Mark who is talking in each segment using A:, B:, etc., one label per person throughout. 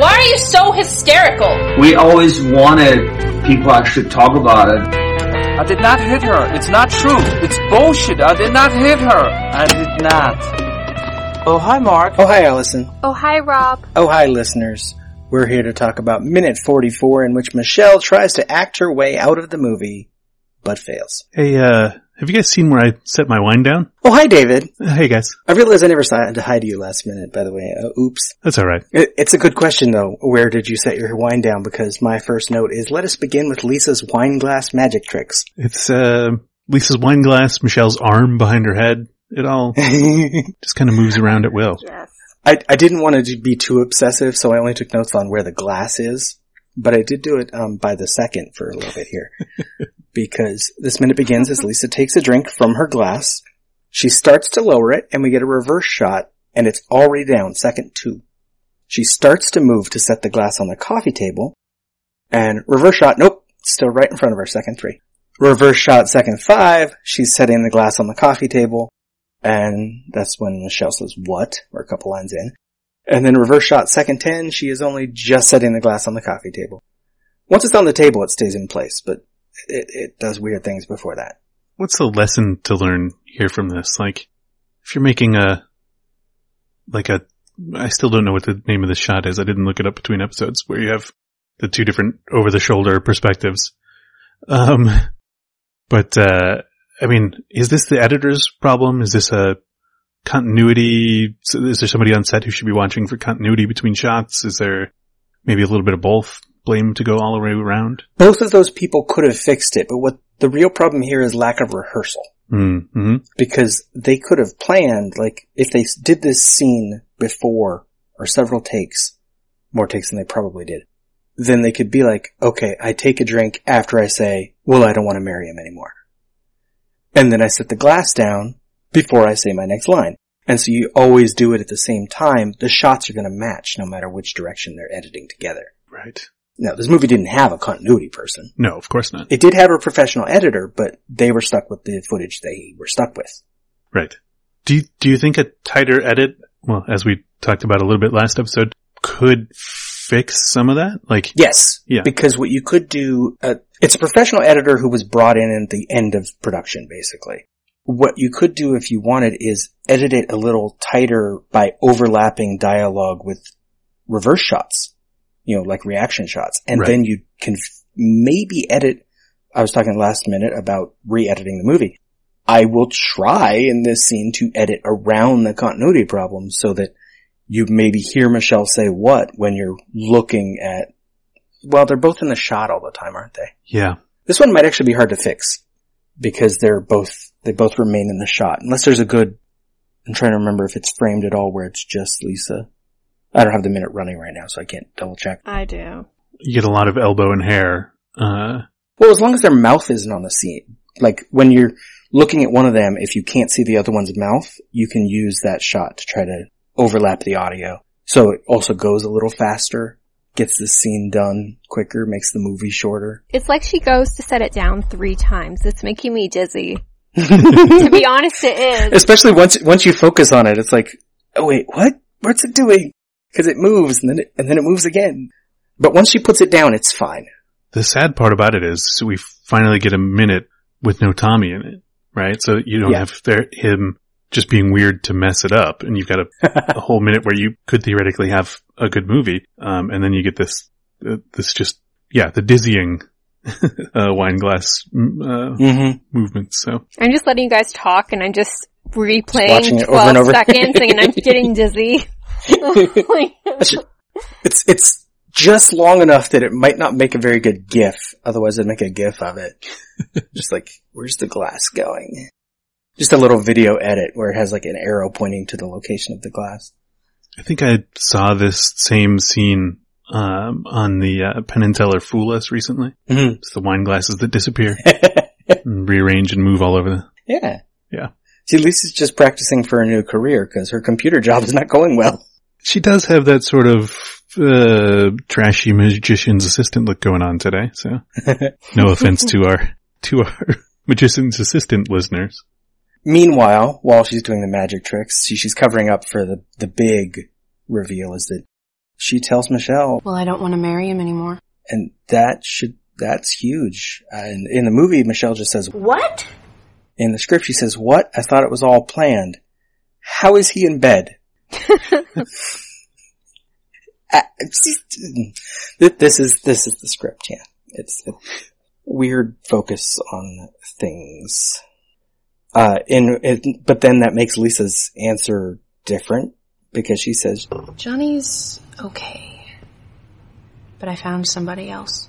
A: Why are you so hysterical?
B: We always wanted people actually talk about it.
C: I did not hit her. It's not true. It's bullshit. I did not hit her. I did not. Oh, hi, Mark.
D: Oh, hi, Allison.
E: Oh, hi, Rob.
D: Oh, hi, listeners. We're here to talk about Minute 44 in which Michelle tries to act her way out of the movie, but fails.
F: Hey, uh, have you guys seen where I set my wine down?
D: Oh, hi, David.
F: Uh, Hey guys,
D: I realize I never said hi to you last minute, by the way. Uh, oops.
F: that's all right.
D: It- It's a good question though. Where did you set your wine down? Because my first note is let us begin with Lisa's wine glass magic tricks.
F: It's uh, Lisa's wine glass, Michelle's arm behind her head. It all
D: I,
F: just kind of moves around at will.
E: Yes.
D: I didn't want to be too obsessive, so I only took notes on where the glass is, but I did do it um, by the second for a little bit here. because this minute begins as Lisa takes a drink from her glass. She starts to lower it, and we get a reverse shot, and it's already down, second two. She starts to move to set the glass on the coffee table, and reverse shot, nope, still right in front of her, second three. Reverse shot, second five, she's setting the glass on the coffee table, and that's when Michelle says, what? We're a couple lines in. And then reverse shot, second ten, she is only just setting the glass on the coffee table. Once it's on the table, it stays in place, but it, it does weird things before that.
F: What's the lesson to learn here from this? Like, if you're making a, like a, I still don't know what the name of the shot is. I didn't look it up between episodes where you have the two different over the shoulder perspectives. Um, but, uh, I mean, is this the editor's problem? Is this a continuity? so Is there somebody on set who should be watching for continuity between shots? Is there maybe a little bit of both blame to go all the way around?
D: Both of those people could have fixed it, but what the real problem here is lack of rehearsal.
F: Mm-hmm.
D: Because they could have planned, like, if they s- did this scene before, or several takes, more takes than they probably did, then they could be like, okay, I take a drink after I say, well, I don't want to marry him anymore. And then I set the glass down before I say my next line. And so you always do it at the same time. The shots are going to match no matter which direction they're editing together.
F: Right.
D: No, this movie didn't have a continuity person.
F: No, of course not.
D: It did have a professional editor, but they were stuck with the footage they were stuck with.
F: Right. Do you, do you think a tighter edit, well, as we talked about a little bit last episode, could fix some of that? Like,
D: Yes.
F: Yeah.
D: Because what you could do, uh, it's a professional editor who was brought in at the end of production, basically. What you could do if you wanted is edit it a little tighter by overlapping dialogue with reverse shots, you know, like reaction shots. And
F: Right.
D: then you can f- maybe edit. I was talking last minute about re-editing the movie. I will try in this scene to edit around the continuity problem so that you maybe hear Michelle say what when you're looking at, well, they're both in the shot all the time, aren't they?
F: yeah.
D: This one might actually be hard to fix because they're both, they both remain in the shot unless there's a good, I'm trying to remember if it's framed at all where it's just Lisa. I don't have the minute running right now, so I can't double check.
A: I do.
F: You get a lot of elbow and hair. Uh,
D: Well, as long as their mouth isn't on the scene, like when you're looking at one of them, if you can't see the other one's mouth, you can use that shot to try to overlap the audio. So it also goes a little faster, gets the scene done quicker, makes the movie shorter.
E: It's like she goes to set it down three times. It's making me dizzy. to be honest, it is.
D: Especially once, once you focus on it, it's like, oh wait, what? What's it doing? Cause it moves and then it, and then it moves again. But once she puts it down, it's fine.
F: the sad part about it is we finally get a minute with no Tommy in it, right? So you don't
D: Yeah.
F: have there, him just being weird to mess it up and you've got a, a whole minute where you could theoretically have a good movie. Um, and then you get this, uh, this just, yeah, the dizzying, uh, wine glass, mm, uh,
D: Mm-hmm.
F: movement. So
E: I'm just letting you guys talk and I'm just
D: watching
E: replaying
D: it
E: 12
D: over and over.
E: seconds and I'm getting dizzy. Like,
D: It's, it's just long enough that it might not make a very good GIF. Otherwise I'd make a GIF of it. just like, where's the glass going? Just a little video edit where it has like an arrow pointing to the location of the glass.
F: I think I saw this same scene um, on the uh, Penn and Teller Fool Us recently.
D: Mhm.
F: It's the wine glasses that disappear and rearrange and move all over the.
D: Yeah.
F: Yeah.
D: See, Lisa's just practicing for a new career because her computer job is not going well.
F: She does have that sort of uh, trashy magician's assistant look going on today. So, no offense to our to our magician's assistant listeners.
D: Meanwhile, while she's doing the magic tricks, she, she's covering up for the, the big reveal is that she tells Michelle,
G: Well, I don't want to marry him anymore.
D: and that should, that's huge. Uh, in, in the movie, Michelle just says,
H: What?
D: in the script, she says, what? I thought it was all planned. How is he in bed? Uh, th- this is, this is the script, yeah. It's a weird focus on things. Uh, in, it, but then that makes Lisa's answer different because she says,
G: Johnny's okay. But I found somebody else.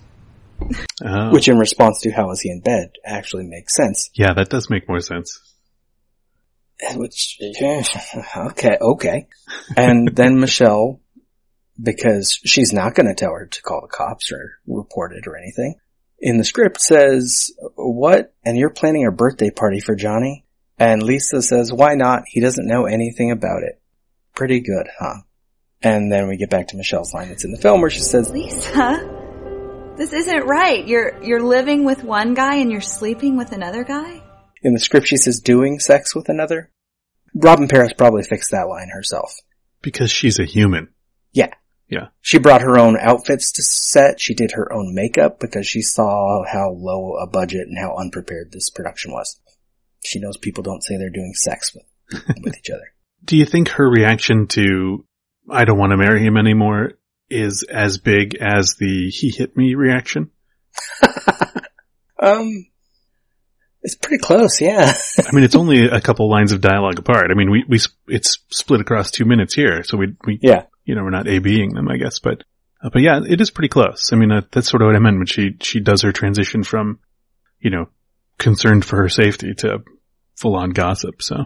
F: Oh,
D: which in response to how is he in bed actually makes sense.
F: yeah, that does make more sense.
D: Which, okay, okay. And then Michelle, because she's not going to tell her to call the cops or report it or anything, in the script says, what? And you're planning a birthday party for Johnny? And Lisa says, why not? He doesn't know anything about it. Pretty good, huh? And then we get back to Michelle's line that's in the film where she says,
I: Lisa, this isn't right. You're you're living with one guy and you're sleeping with another guy.
D: in the script she says, doing sex with another. Robin Paris probably fixed that line herself.
F: Because she's a human.
D: Yeah.
F: Yeah.
D: She brought her own outfits to set. She did her own makeup because she saw how low a budget and how unprepared this production was. She knows people don't say they're doing sex with, with each other.
F: Do you think her reaction to I don't want to marry him anymore is as big as the he hit me reaction?
D: Um, it's pretty close, yeah.
F: I mean, it's only a couple lines of dialogue apart. I mean, we, we, s- it's split across two minutes here. So we, we,
D: Yeah.
F: you know, we're not ABing them, I guess, but, uh, but yeah, it is pretty close. I mean, uh, that's sort of what I meant when she, she does her transition from, you know, concerned for her safety to full on gossip. So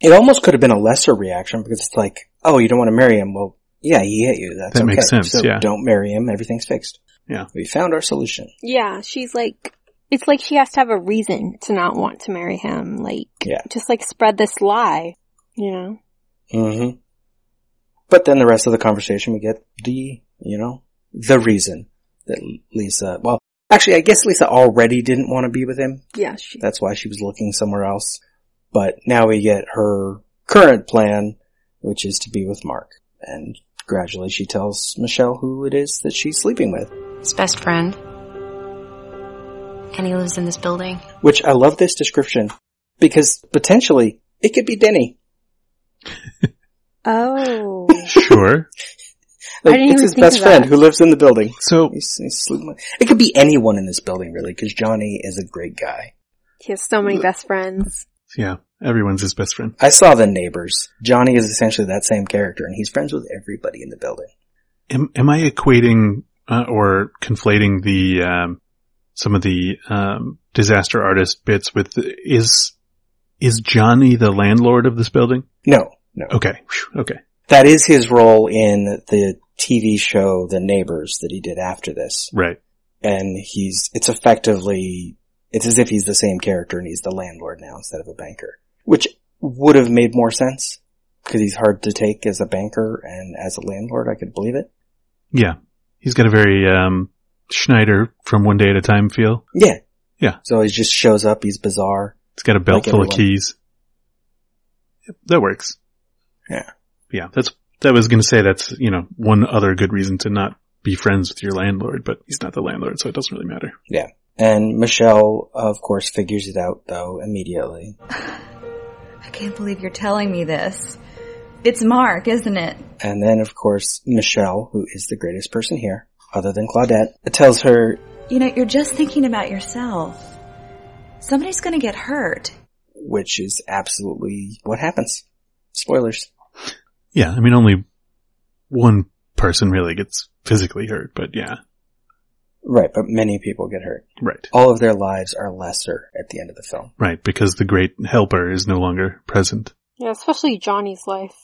D: It almost could have been a lesser reaction because it's like, oh, you don't want to marry him. Well, yeah, he hit you. That's
F: That
D: okay.
F: makes sense,
D: So
F: yeah.
D: don't marry him. Everything's fixed.
F: yeah,
D: We found our solution.
E: Yeah, she's like, it's like she has to have a reason to not want to marry him. Like,
D: Yeah.
E: just like spread this lie, you know?
D: hmm But then the rest of the conversation, we get the, you know, the reason that Lisa, well, actually, I guess Lisa already didn't want to be with him.
E: Yeah, she,
D: That's why she was looking somewhere else. But now we get her current plan, which is to be with Mark. And gradually she tells Michelle who it is that she's sleeping with.
G: His best friend. And he lives in this building.
D: Which I love this description because potentially it could be Denny.
E: oh.
F: sure.
E: I
D: Like,
E: didn't
D: it's
E: even
D: his
E: think
D: best
E: of
D: friend
E: that.
D: who lives in the building.
F: So
D: He's- he's sleeping with- It could be anyone in this building, really, because Johnny is a great guy.
E: He has so many best friends.
F: yeah, everyone's his best friend.
D: I saw the neighbors. Johnny is essentially that same character, and he's friends with everybody in the building.
F: Am, am I equating uh, or conflating the um, some of the um, disaster artist bits with is is Johnny the landlord of this building?
D: No, no.
F: Okay, Phew, okay,
D: That is his role in the TV show The Neighbors that he did after this.
F: right.
D: And he's, it's effectively, it's as if he's the same character and he's the landlord now instead of a banker. Which would have made more sense, because he's hard to take as a banker and as a landlord, I could believe it.
F: Yeah, he's got a very um, Schneider from One Day at a Time feel.
D: Yeah.
F: Yeah.
D: So he just shows up, he's bizarre.
F: It's got a belt
D: Like
F: full of
D: everyone.
F: keys. Yep, that works.
D: Yeah.
F: Yeah, that's that was going to say that's you know one other good reason to not be friends with your landlord, but he's not the landlord, so it doesn't really matter.
D: And Michelle, of course, figures it out though immediately.
I: I can't believe you're telling me this. It's Mark, isn't it?
D: And then, of course, Michelle, who is the greatest person here, other than Claudette, tells her,
I: You know, you're just thinking about yourself. Somebody's gonna get hurt.
D: which is absolutely what happens. Spoilers.
F: Yeah, I mean, only one person really gets physically hurt, but yeah,
D: Right, but many people get hurt.
F: right,
D: All of their lives are lesser at the end of the film.
F: right, because the great helper is no longer present.
E: Yeah, especially Johnny's life.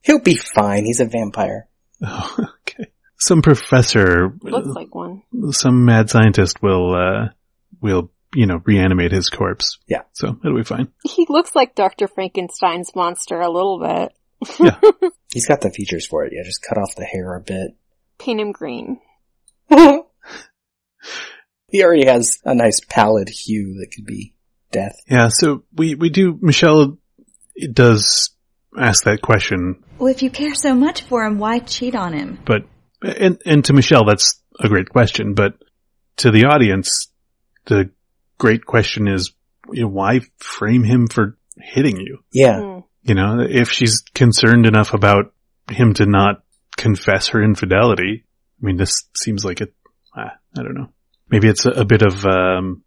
D: He'll be fine. He's a vampire.
F: Some professor, uh,
E: Looks like one.
F: some mad scientist will, uh, will, you know, reanimate his corpse.
D: Yeah.
F: So it'll be fine.
E: He looks like Dr. Frankenstein's monster a little bit.
D: He's got the features for it. Yeah, just cut off the hair a bit.
E: Paint him green.
D: He already has a nice pallid hue that could be death.
F: Yeah. So we, we do, Michelle does ask that question,
I: Well, if you care so much for him, why cheat on him?
F: but, and, and to Michelle, that's a great question, but to the audience, the great question is, you know, why frame him for hitting you?
D: Yeah.
E: Hmm.
F: You know, if she's concerned enough about him to not confess her infidelity, I mean, this seems like it, uh, I don't know. Maybe it's a, a bit of, um,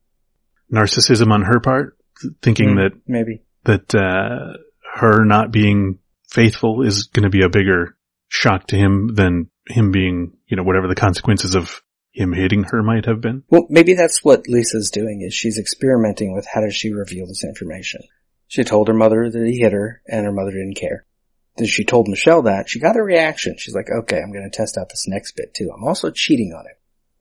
F: narcissism on her part, thinking
D: Hmm,
F: that,
D: maybe.
F: that, uh, her not being faithful is going to be a bigger shock to him than him being, you know, whatever the consequences of him hating her might have been.
D: Well, maybe that's what Lisa's doing is she's experimenting with how does she reveal this information. She told her mother that he hit her and her mother didn't care. Then she told Michelle that she got a reaction. She's like, okay, I'm going to test out this next bit too. I'm also cheating on him.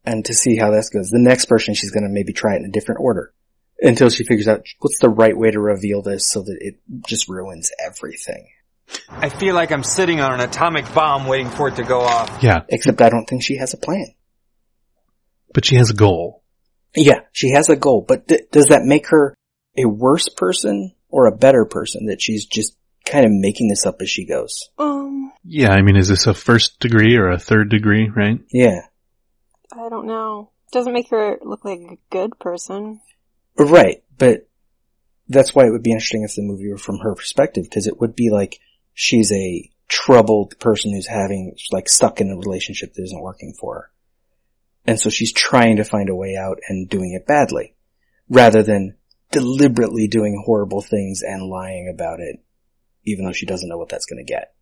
D: And to see how this goes, the next person she's going to maybe try it in a different order until she figures out what's the right way to reveal this so that it just ruins everything.
J: I feel like I'm sitting on an atomic bomb waiting for it to go off.
F: Yeah.
D: Except I don't think she has a plan.
F: But she has a goal.
D: Yeah, she has a goal, but th- does that make her a worse person or a better person that she's just kind of making this up as she goes?
E: Um,
F: Yeah. I mean, is this a first degree or a third degree, right?
D: Yeah.
E: I don't know. Doesn't make her look like a good person.
D: Right, but that's why it would be interesting if the movie were from her perspective, because it would be like she's a troubled person who's having, like, stuck in a relationship that isn't working for her. And so she's trying to find a way out and doing it badly, rather than deliberately doing horrible things and lying about it, even though she doesn't know what that's gonna get.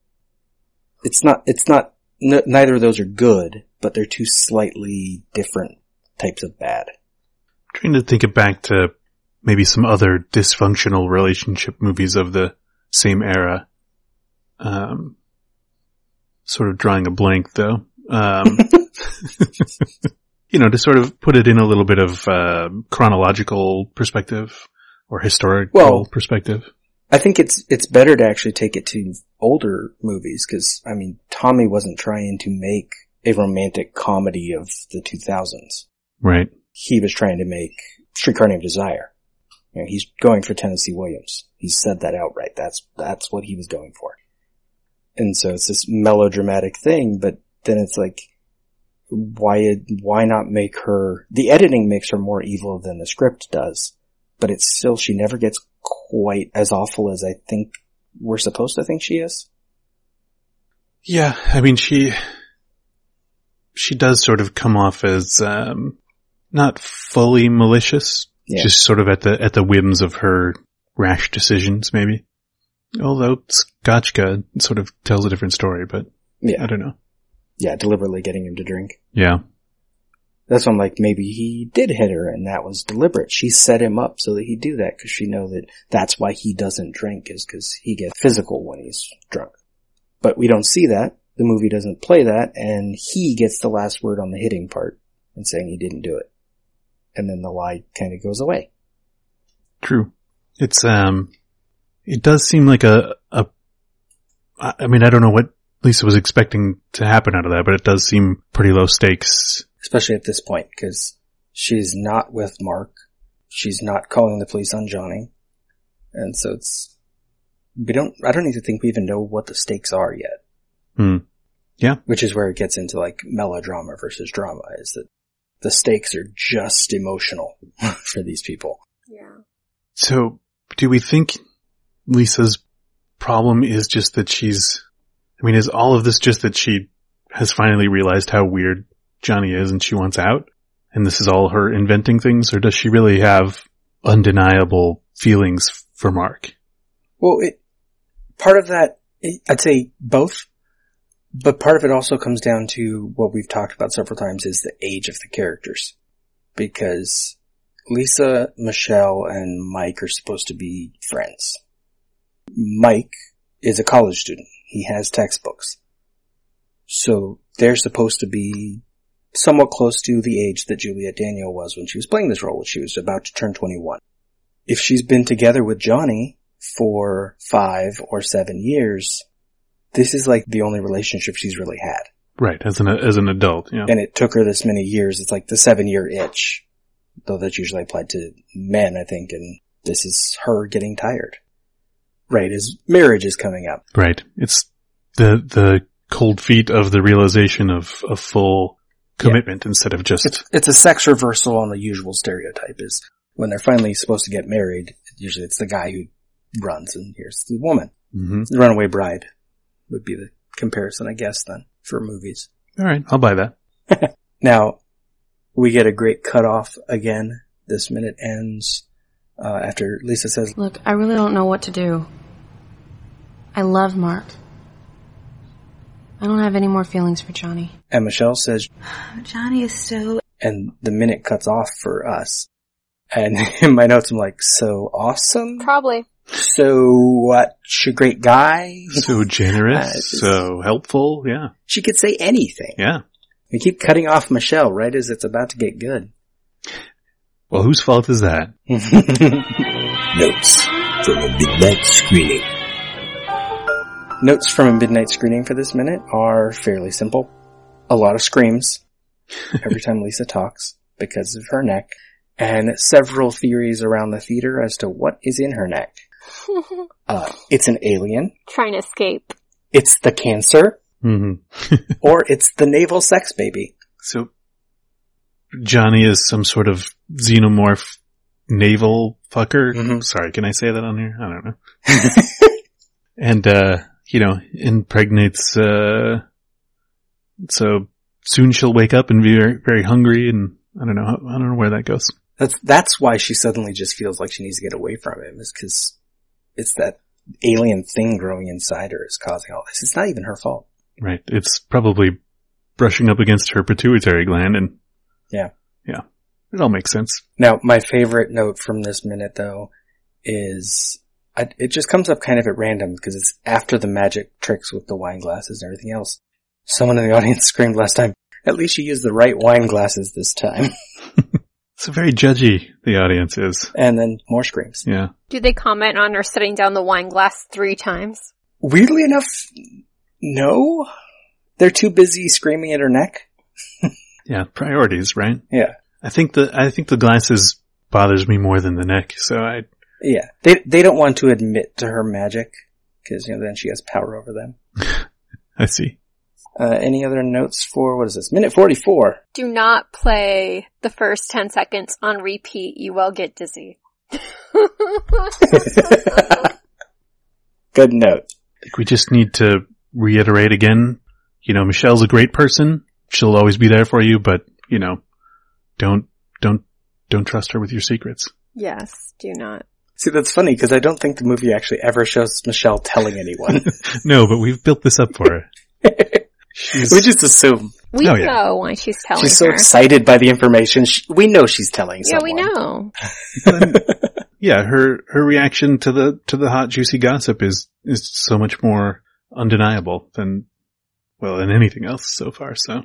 D: It's not, it's not, n- neither of those are good, but they're two slightly different types of bad.
F: trying to think it back to maybe some other dysfunctional relationship movies of the same era. Um, sort of drawing a blank though. Um, you know, to sort of put it in a little bit of uh, chronological perspective or historical
D: Well-
F: perspective.
D: I think it's it's better to actually take it to older movies because I mean Tommy wasn't trying to make a romantic comedy of the 2000s.
F: Right.
D: He was trying to make Streetcar Named Desire. You know, he's going for Tennessee Williams. He said that outright. That's that's what he was going for. And so it's this melodramatic thing, but then it's like, why why not make her? The editing makes her more evil than the script does, but it's still she never gets quite as awful as I think we're supposed to think she is.
F: Yeah, I mean she she does sort of come off as um not fully malicious,
D: Yeah.
F: just sort of at the at the whims of her rash decisions maybe. Although Scotchka sort of tells a different story, but
D: Yeah.
F: I don't know.
D: Yeah, deliberately getting him to drink.
F: Yeah.
D: That's why I'm like, maybe he did hit her and that was deliberate. She set him up so that he'd do that because she know that that's why he doesn't drink is because he gets physical when he's drunk. But we don't see that. The movie doesn't play that and he gets the last word on the hitting part and saying he didn't do it. And then the lie kind of goes away.
F: True. It's um it does seem like a a I I mean I don't know what Lisa was expecting to happen out of that, but it does seem pretty low stakes.
D: Especially at this point because she's not with Mark. She's not calling the police on Johnny. And so it's, we don't, I don't even think we even know what the stakes are yet.
F: Hmm. Yeah.
D: which is where it gets into like melodrama versus drama is that the stakes are just emotional for these people.
F: So, do we think Lisa's problem is just that she's, I mean, is all of this just that she has finally realized how weird Johnny is and she wants out? And this is all her inventing things, or does she really have undeniable feelings for Mark?
D: Well, it, part of that, it- I'd say both, but part of it also comes down to what we've talked about several times is the age of the characters. Because Lisa, Michelle, and Mike are supposed to be friends. Mike is a college student. He has textbooks. So they're supposed to be somewhat close to the age that Juliet Daniel was when she was playing this role, which she was about to turn 21. If she's been together with Johnny for five or seven years, this is like the only relationship she's really had.
F: Right, as an as an adult, yeah.
D: And it took her this many years. It's like the seven year itch. Though that's usually applied to men, I think, and this is her getting tired. Right, as marriage is coming up.
F: Right. It's the the cold feet of the realization of a full commitment instead of just
D: It's, it's a sex reversal on the usual stereotype is when they're finally supposed to get married, usually it's the guy who runs and here's the woman.
F: Mhm.
D: The runaway bride would be the comparison, I guess, then, for movies.
F: All right, I'll buy that.
D: Now, we get a great cutoff again. This minute ends uh, after Lisa says,
G: Look, I really don't know what to do. I love Mark. I don't have any more feelings for Johnny.
D: and Michelle says,
I: Oh, Johnny is so.
D: and the minute cuts off for us. And in my notes, I'm like, so awesome.
E: Probably.
D: So what? a great guy.
F: So
D: Uh,
F: generous,
D: it's-
F: so helpful, yeah.
D: She could say anything.
F: Yeah.
D: We keep cutting off Michelle right as it's about to get good.
F: Well, whose fault is that?
D: Notes from a midnight screening. Notes from a midnight screening for this minute are fairly simple. A lot of screams every time Lisa talks because of her neck, and several theories around the theater as to what is in her neck. Uh, it's an alien.
E: Trying to escape.
D: It's the cancer,
F: hmm
D: or it's the naval sex baby.
F: So Johnny is some sort of xenomorph naval fucker. Sorry, can I say that on here? I don't know. and uh, you know, impregnates. Uh, so soon she'll wake up and be very, very hungry, and I don't know. I don't know where that goes.
D: That's that's why she suddenly just feels like she needs to get away from him. Is because it's that alien thing growing inside her is causing all this. It's not even her fault.
F: Right. It's probably brushing up against her pituitary gland, and
D: Yeah.
F: yeah, it all makes sense.
D: Now, my favorite note from this minute though is I, it just comes up kind of at random because it's after the magic tricks with the wine glasses and everything else. Someone in the audience screamed last time. At least you used the right wine glasses this time.
F: It's very judgy. The audience is.
D: and then more screams.
F: Yeah.
E: Do they comment on her setting down the wine glass three times?
D: Weirdly enough, no. They're too busy screaming at her neck.
F: Yeah, priorities, right?
D: Yeah.
F: I think the I think the glasses bothers me more than the neck. So I
D: Yeah. They they don't want to admit to her magic because you know then she has power over them.
F: I see.
D: Uh, any other notes for what is this? Minute 44.
E: Do not play the first 10 seconds on repeat. You will get dizzy.
D: Good note.
F: I think we just need to reiterate again. You know, Michelle's a great person. She'll always be there for you, but you know, don't don't don't trust her with your secrets.
E: Yes, do not.
D: See, that's funny because I don't think the movie actually ever shows Michelle telling anyone.
F: No, but we've built this up for her.
D: we just assume.
E: We know why she's telling
D: Oh, She's so
E: her.
D: excited by the information. She, we know she's telling
E: Yeah,
D: someone.
E: we know.
F: Yeah, her her reaction to the to the hot juicy gossip is is so much more undeniable than well than anything else so far. So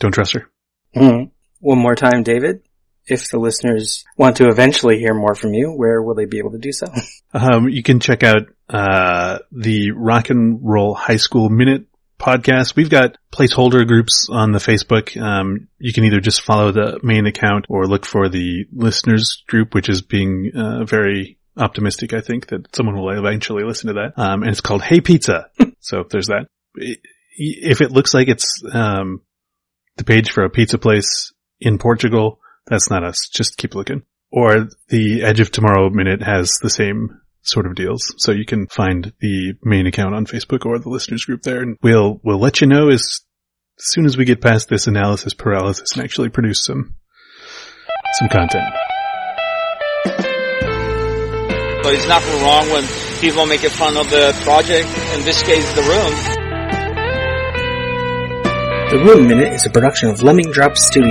F: don't trust her.
D: Mhm. One more time, David. If the listeners want to eventually hear more from you, where will they be able to do so?
F: Um, you can check out uh, the Rock and Roll High School Minute podcast. We've got placeholder groups on the Facebook. Um, you can either just follow the main account or look for the listeners group, which is being uh, very optimistic. I think that someone will eventually listen to that. Um, and it's called Hey Pizza. so there's that. I- If it looks like it's um, the page for a pizza place in Portugal. That's not us. Just keep looking. Or the Edge of Tomorrow Minute has the same sort of deals. So you can find the main account on Facebook or the listeners group there and we'll, we'll let you know as soon as we get past this analysis paralysis and actually produce some, some content.
K: So it's nothing wrong when people make fun of the project, in this case the room.
D: The Room Minute is a production of Lemming Drops Studio.